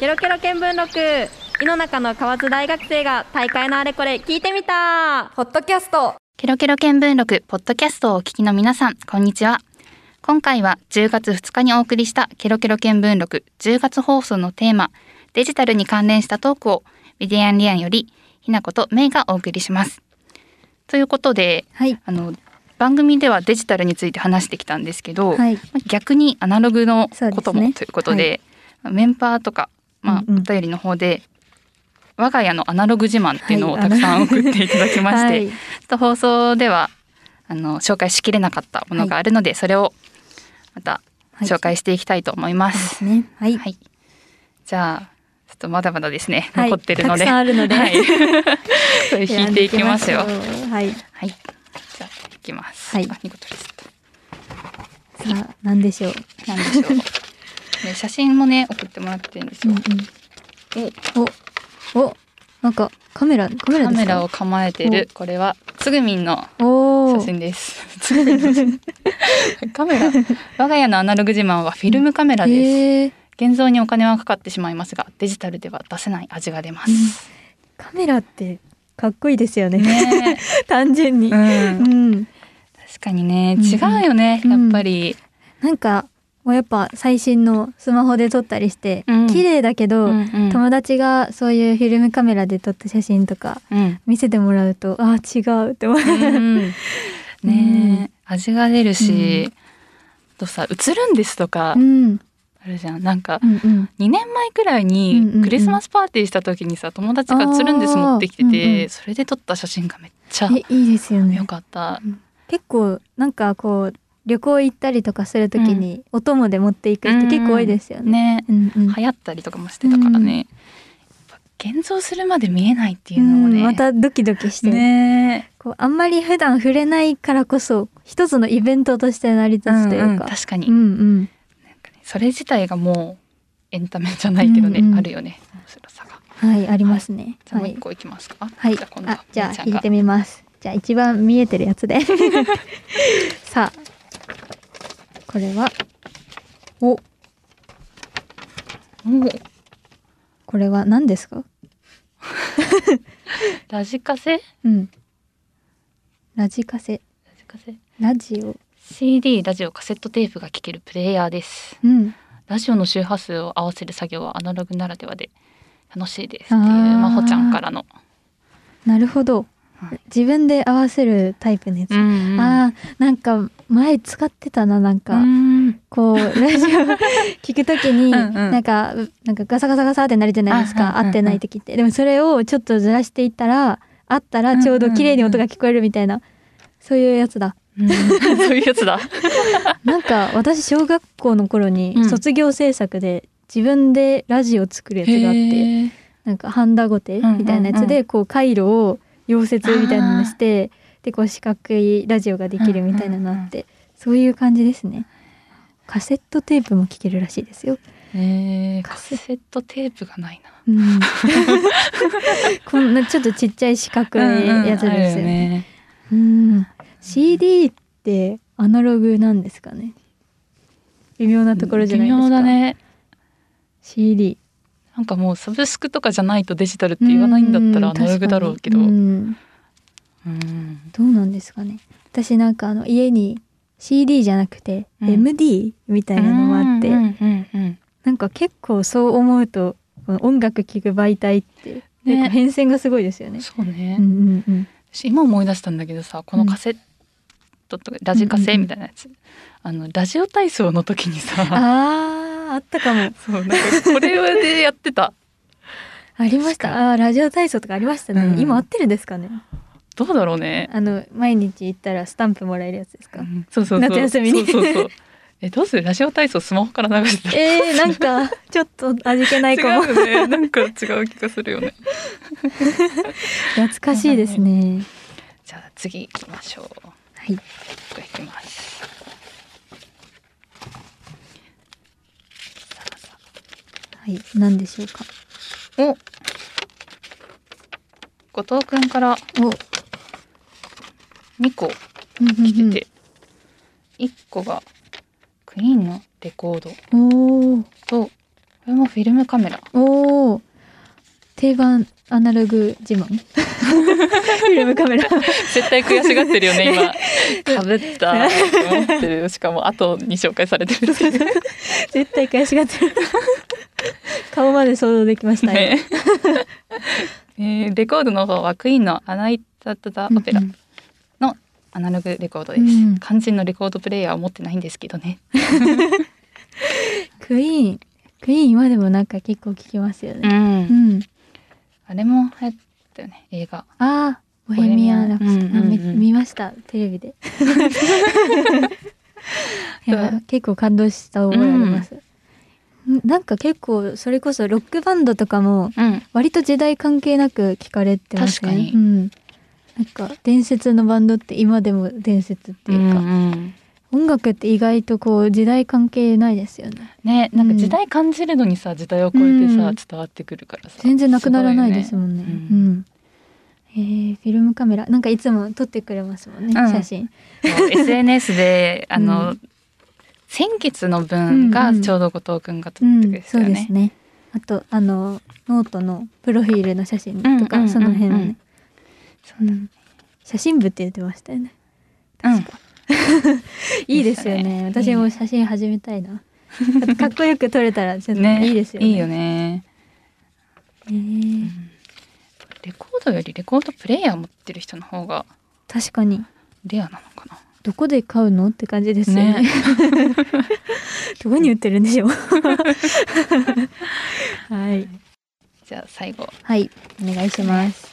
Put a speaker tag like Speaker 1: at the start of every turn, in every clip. Speaker 1: ケロケロ見聞録井の中の河津大学生が大会のあれこれ聞いてみた
Speaker 2: ポッドキャスト
Speaker 3: ケロケロ見聞録ポッドキャストをお聞きの皆さんこんにちは今回は10月2日にお送りしたケロケロ見聞録10月放送のテーマデジタルに関連したトークをビディアンリアンよりひなことめいがお送りしますということで
Speaker 1: はい
Speaker 3: あの番組ではデジタルについて話してきたんですけど、
Speaker 1: はい
Speaker 3: まあ逆にアナログの
Speaker 1: そうですね
Speaker 3: こともということで、まあメンパーとか、まあ
Speaker 1: うんうん
Speaker 3: お便りの方で我が家のアナログ自慢っていうのを
Speaker 1: はい
Speaker 3: たくさん送っていただきまし て、
Speaker 1: はい
Speaker 3: ちょっと放送ではあの紹介しきれなかったものがあるので、それをまた
Speaker 1: はい
Speaker 3: 紹介していきたいと思います。
Speaker 1: ねはい、
Speaker 3: はい、じゃあちょっとまだまだですね、
Speaker 1: はい
Speaker 3: 残ってるので
Speaker 1: たくさんあるので
Speaker 3: はい、それ引いていきますよ。
Speaker 1: はいさ
Speaker 3: はい。じゃあ、いきます。
Speaker 1: はい
Speaker 3: あ、ニコトリスト。
Speaker 1: あ何でしょう
Speaker 3: なんでしょう。ね、写真もね、送ってもらってるんです
Speaker 1: う
Speaker 3: よ
Speaker 1: ん。うんおおなんかカメラカメラ
Speaker 3: カ
Speaker 1: ですか
Speaker 3: メラを構えてる、これは、つぐみんの
Speaker 1: お
Speaker 3: 写
Speaker 1: ー
Speaker 3: 真です。 つぐみんの写 真。カメラ、我が家のアナログ自慢はフィルムカメラです。
Speaker 1: へー
Speaker 3: 現像にお金はかかってしまいますが、デジタルでは出せない味が出ます。
Speaker 1: カメラってかっこいいですよね
Speaker 3: ね
Speaker 1: 単純に
Speaker 3: え、う、
Speaker 1: うんん
Speaker 3: 確かにね、
Speaker 1: うん
Speaker 3: 違うよね、
Speaker 1: うん
Speaker 3: やっぱり。
Speaker 1: なんかやっぱ最新のスマホで撮ったりして、
Speaker 3: うん
Speaker 1: 綺麗だけど、
Speaker 3: うんうん
Speaker 1: 友達がそういうフィルムカメラで撮った写真とか
Speaker 3: うん。
Speaker 1: 見せてもらうとああ違うって思う、
Speaker 3: ねえ、
Speaker 1: うん
Speaker 3: 味が出るし、
Speaker 1: う
Speaker 3: あとさ映るんですと か
Speaker 1: うん、うん
Speaker 3: あるじゃんなんか
Speaker 1: うん
Speaker 3: 2年前くらい
Speaker 1: うんうんう
Speaker 3: に
Speaker 1: ん
Speaker 3: クリスマスパーティーした時にさ友達が「映るんです」持ってきて
Speaker 1: あ
Speaker 3: て、
Speaker 1: ーうんうん
Speaker 3: それで撮った写真がめっちゃ
Speaker 1: えいいですよね
Speaker 3: 良かった。
Speaker 1: 結構なんかこう旅行行ったりとかするときにお供で持っていく人結構多いですよね。
Speaker 3: ね
Speaker 1: うんうん
Speaker 3: 流行ったりとかもしてたからね、やっぱ現像するまで見えないっていうのもね、
Speaker 1: うんまたドキドキして、
Speaker 3: ね
Speaker 1: こうあんまり普段触れないからこそ一つのイベントとして成り立つといううん
Speaker 3: うん
Speaker 1: か、
Speaker 3: 確かに、
Speaker 1: うんうん
Speaker 3: なんかねそれ自体がもうエンタメじゃないけどね、
Speaker 1: うんうん
Speaker 3: あるよね面白さが。
Speaker 1: はいありますね。
Speaker 3: じゃあも
Speaker 1: は
Speaker 3: う
Speaker 1: い
Speaker 3: 一個いきますか。
Speaker 1: はい
Speaker 3: じゃあ今度は
Speaker 1: あじゃ
Speaker 3: みーち
Speaker 1: あ
Speaker 3: ゃん
Speaker 1: 引
Speaker 3: が
Speaker 1: いてみます。じゃあ一番見えてるやつで さあこれはお
Speaker 3: お
Speaker 1: これは何ですか
Speaker 3: ラジカセラ
Speaker 1: うんラジカセ
Speaker 3: ジカセ
Speaker 1: ラジオ
Speaker 3: CD ラジオカセットテープが聴けるプレイヤーです
Speaker 1: うん
Speaker 3: ラジオの周波数を合わせる作業はアナログならではで楽しいですって
Speaker 1: あ
Speaker 3: い
Speaker 1: ー
Speaker 3: うまほちゃんからの、
Speaker 1: なるほど
Speaker 3: はい
Speaker 1: 自分で合わせるタイプのやつ、
Speaker 3: ん
Speaker 1: あーなんか前使ってたななんか、
Speaker 3: うん
Speaker 1: こうラジオ聞くときに
Speaker 3: うんうん
Speaker 1: なんかなんかガサガサガサってなるじゃないです
Speaker 3: あうんうん
Speaker 1: か
Speaker 3: うん
Speaker 1: 合ってない時ってでもそれをちょっとずらしていったら合ったらちょうど綺麗に音が聞こえるみたいなそういうやつ だ
Speaker 3: うん そういうやつだ
Speaker 1: なんか私小学校の頃
Speaker 3: う
Speaker 1: に
Speaker 3: ん
Speaker 1: 卒業制作で自分でラジオ作るやつがあってなんかハンダゴテみたいなやつ
Speaker 3: うんうん
Speaker 1: でこう回路を溶接みたいなのにしてでこう四角いラジオができるみたいなのあってそういう感じですねカセットテープも聴けるらしいですよ
Speaker 3: えー
Speaker 1: カ
Speaker 3: カ
Speaker 1: セ
Speaker 3: セットテープがないな
Speaker 1: うん こんなちょっとちっちゃい四角いやつですよね。うん CD ってアナログなんですかね。微妙なところじゃないですか。
Speaker 3: 微妙だ。ね
Speaker 1: CD
Speaker 3: なんかもうサブスクとかじゃないとデジタルって言わないんだったらアナログだろうけど
Speaker 1: んうん
Speaker 3: うん
Speaker 1: どうなんですかね。私なんかあの家に CD じゃなくて
Speaker 3: うん
Speaker 1: MD みたいなのもあって、
Speaker 3: うんうんうんうん
Speaker 1: なんか結構そう思うとこの音楽聴く媒体って
Speaker 3: ね
Speaker 1: なんか変遷がすごいですよね。
Speaker 3: そうね、
Speaker 1: うんうん うん。
Speaker 3: 私今思い出したんだけどさこのカセットとか、ラジカ
Speaker 1: うんうん
Speaker 3: セ
Speaker 1: うん
Speaker 3: みたいなやつ、あのラジオ体操の時にさ
Speaker 1: あーあったかも。
Speaker 3: そうなんかこれでやってた
Speaker 1: ありました。あーラジオ体操とかありましたね。
Speaker 3: うん
Speaker 1: 今合ってるんですかね。
Speaker 3: どうだろうね、
Speaker 1: あの毎日行ったらスタンプもらえるやつですか。
Speaker 3: うんそうそうそう
Speaker 1: 夏休みに
Speaker 3: そうそうそうえどうするラジオ体操スマホから流してたら
Speaker 1: えー、なんか ちょっと味気ない
Speaker 3: 違
Speaker 1: かも。
Speaker 3: うねなんか違う気がするよね
Speaker 1: 懐かしいですね。
Speaker 3: じゃあ次行きましょう
Speaker 1: はい。
Speaker 3: 僕行きますさあさ
Speaker 1: はい。何でしょうか。
Speaker 3: あお後藤くんから
Speaker 1: お、
Speaker 3: 2個
Speaker 1: うんうんうん
Speaker 3: 来てて、一個がクイーンのレコード
Speaker 1: おお。
Speaker 3: とこれもフィルムカメラ。
Speaker 1: おお定番アナログ自 慢フィルムカメラ
Speaker 3: 絶対悔しがってるよ ね、今。かぶったと思ってる。しかも、後に紹介されてるっていう。
Speaker 1: 絶対悔しがってる。顔まで想像できましたね。
Speaker 3: えー、レコードの方はクイーンの「アナイタタタオペラ」のアナログレコードです、うん、肝心のレコードプレイヤーを持ってないんですけどね、
Speaker 1: クイーンクイーンはでもなんか結構聞きますよね、うん
Speaker 3: うん、あれも流行ったよね映画
Speaker 1: ああボヘミアン・ラプソディ、うんうん、見ましたテレビ で結構感動した覚えあります、なんか結構それこそロックバンドとかも割と時代関係なく聞かれてますね。確かに、うん、なんか伝説のバンドって今でも伝説っていうか、うんうん、音楽って意外とこう時代関係ないですよね。
Speaker 3: ねなんか時代感じるのにさ、うん、時代を超えてさ、伝わってくるからさ
Speaker 1: 全然なくならないですもんね。ねうん、うん、えー、フィルムカメラなんかいつも撮ってくれますもんね、写真。
Speaker 3: SNS であの、先月の分がちょうど後藤くが撮ってくれて、ねうんうんうん、そうですね。
Speaker 1: あとあのノートのプロフィールの写真とか、うんうんうんうん、その辺、ね、そうだ、ね、写真部って言ってましたよね。うん、 いいですよね。私も写真始めたいな。かっこよく撮れたらちょっと いいですよね。
Speaker 3: いいよね。えー、レコードよりレコードプレイヤー持ってる人の方が
Speaker 1: 確かに
Speaker 3: レアなのかな。
Speaker 1: どこで買うのって感じですね。ね どこに売ってるんで しょうはい。
Speaker 3: じゃあ最後。
Speaker 1: はい、お願いします。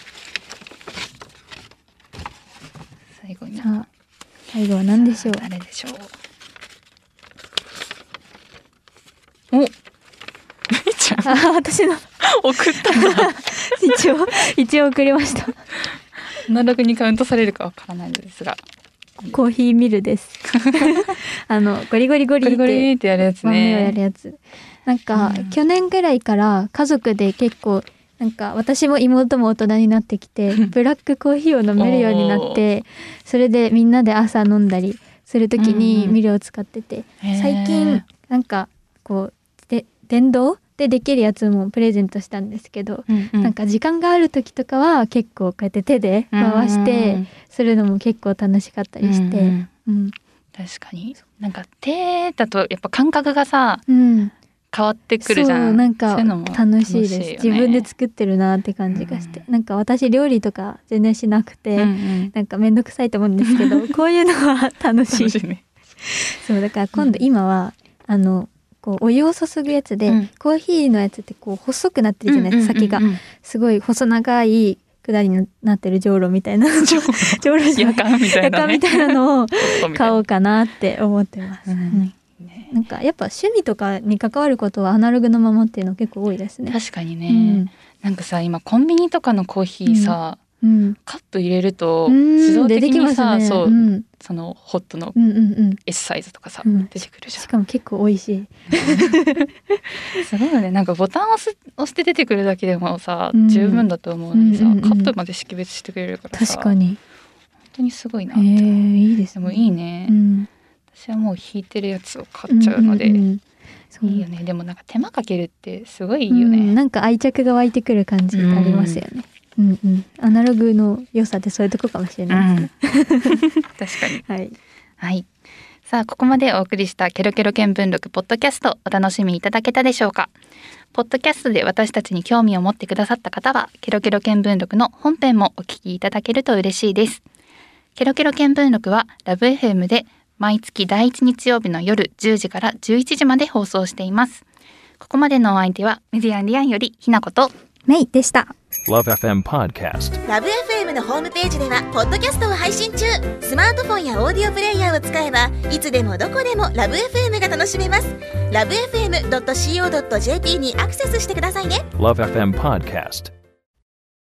Speaker 3: 最後に。
Speaker 1: 最後は何でし ょう。
Speaker 3: 誰でしょう。お。ち ゃん。
Speaker 1: あ、私の。
Speaker 3: 送った。
Speaker 1: 一応、一応送りました。
Speaker 3: 何らにカウントされるかわからないのですが。
Speaker 1: コーヒーミル です。あのゴリゴリゴリ
Speaker 3: ゴリってやるやつね。
Speaker 1: やるやつ。なんか、うん、去年ぐらいから家族で結構なんか私も妹も大人になってき てブラックコーヒーを飲めるようになってそれでみんなで朝飲んだりする時にミルを使ってて、うんうん、最近なんかこうで電動でできるやつもプレゼントしたんですけど、うんうん、なんか時間がある時とかは結構こうやって手で回してするのも結構楽しかったりして、うん、うんうん、
Speaker 3: 確かになんか手だとやっぱ感覚がさ、うん、変わってくるじゃん
Speaker 1: なんか楽しいです、ね、自分で作ってるなって感じがして、うん、なんか私料理とか全然しなくて、うんうん、なんか面倒くさいと思うんですけ どこういうのは楽しい。しいね、そうだから今度今は、あのこうお湯を注ぐやつで、うん、コーヒーのやつってこう細くなってるじゃないですか、先が、うんうん、すごい細長い下りになってるじょうろみたいな じょうろ
Speaker 3: じゃないみたいな、
Speaker 1: ね、みたいなのを買おうかなって思ってます、うんね、なんかやっぱ趣味とかに関わることはアナログのままっていうの結構多いですね
Speaker 3: 確かにね、なんかさ今コンビニとかのコーヒーさ、カップ入れると自動的にさ、ね、そう、そのホットの S サイズとかさ、うんうんうん、出てくるじゃん、
Speaker 1: しかも結構美味しい
Speaker 3: すごいよねなんかボタンを押して出てくるだけでもさ、うん、十分だと思うのにさ、うんうんうん、カップまで識別してくれるから
Speaker 1: 確かに本
Speaker 3: 当にすごいな
Speaker 1: って、えー、いいです、、
Speaker 3: ね、でもいいね、うん、私はもう引いてるやつを買っちゃうので、うんうんうんいいよねでもなんか手間かけるってすごいいいよね、うん
Speaker 1: なんか愛着が湧いてくる感じありますよね、うんうん、アナログの良さってそういうとこかもしれ ないですね。
Speaker 3: うん、確かに。はい。はい。さあ、ここまでお送りしたケロケロ見聞録ポッドキャストお楽しみいただけたでしょうか。ポッドキャストで私たちに興味を持ってくださった方は、ケロケロ見聞録の本編もお聞きいただけると嬉しいです。ケロケロ見聞録はラブ f m で毎月第1日曜日の夜10時から11時まで放送しています。ここまでのお相手はメディアンリアンよりひなこと
Speaker 1: メイでした。
Speaker 2: LoveFM Podcast
Speaker 4: ラブ f m のホームページではポッドキャストを配信中スマートフォンやオーディオプレイヤーを使えばいつでもどこでもラブ f m が楽しめますラブ FM.co.jp にアクセスしてくださいね
Speaker 2: LoveFM Podcast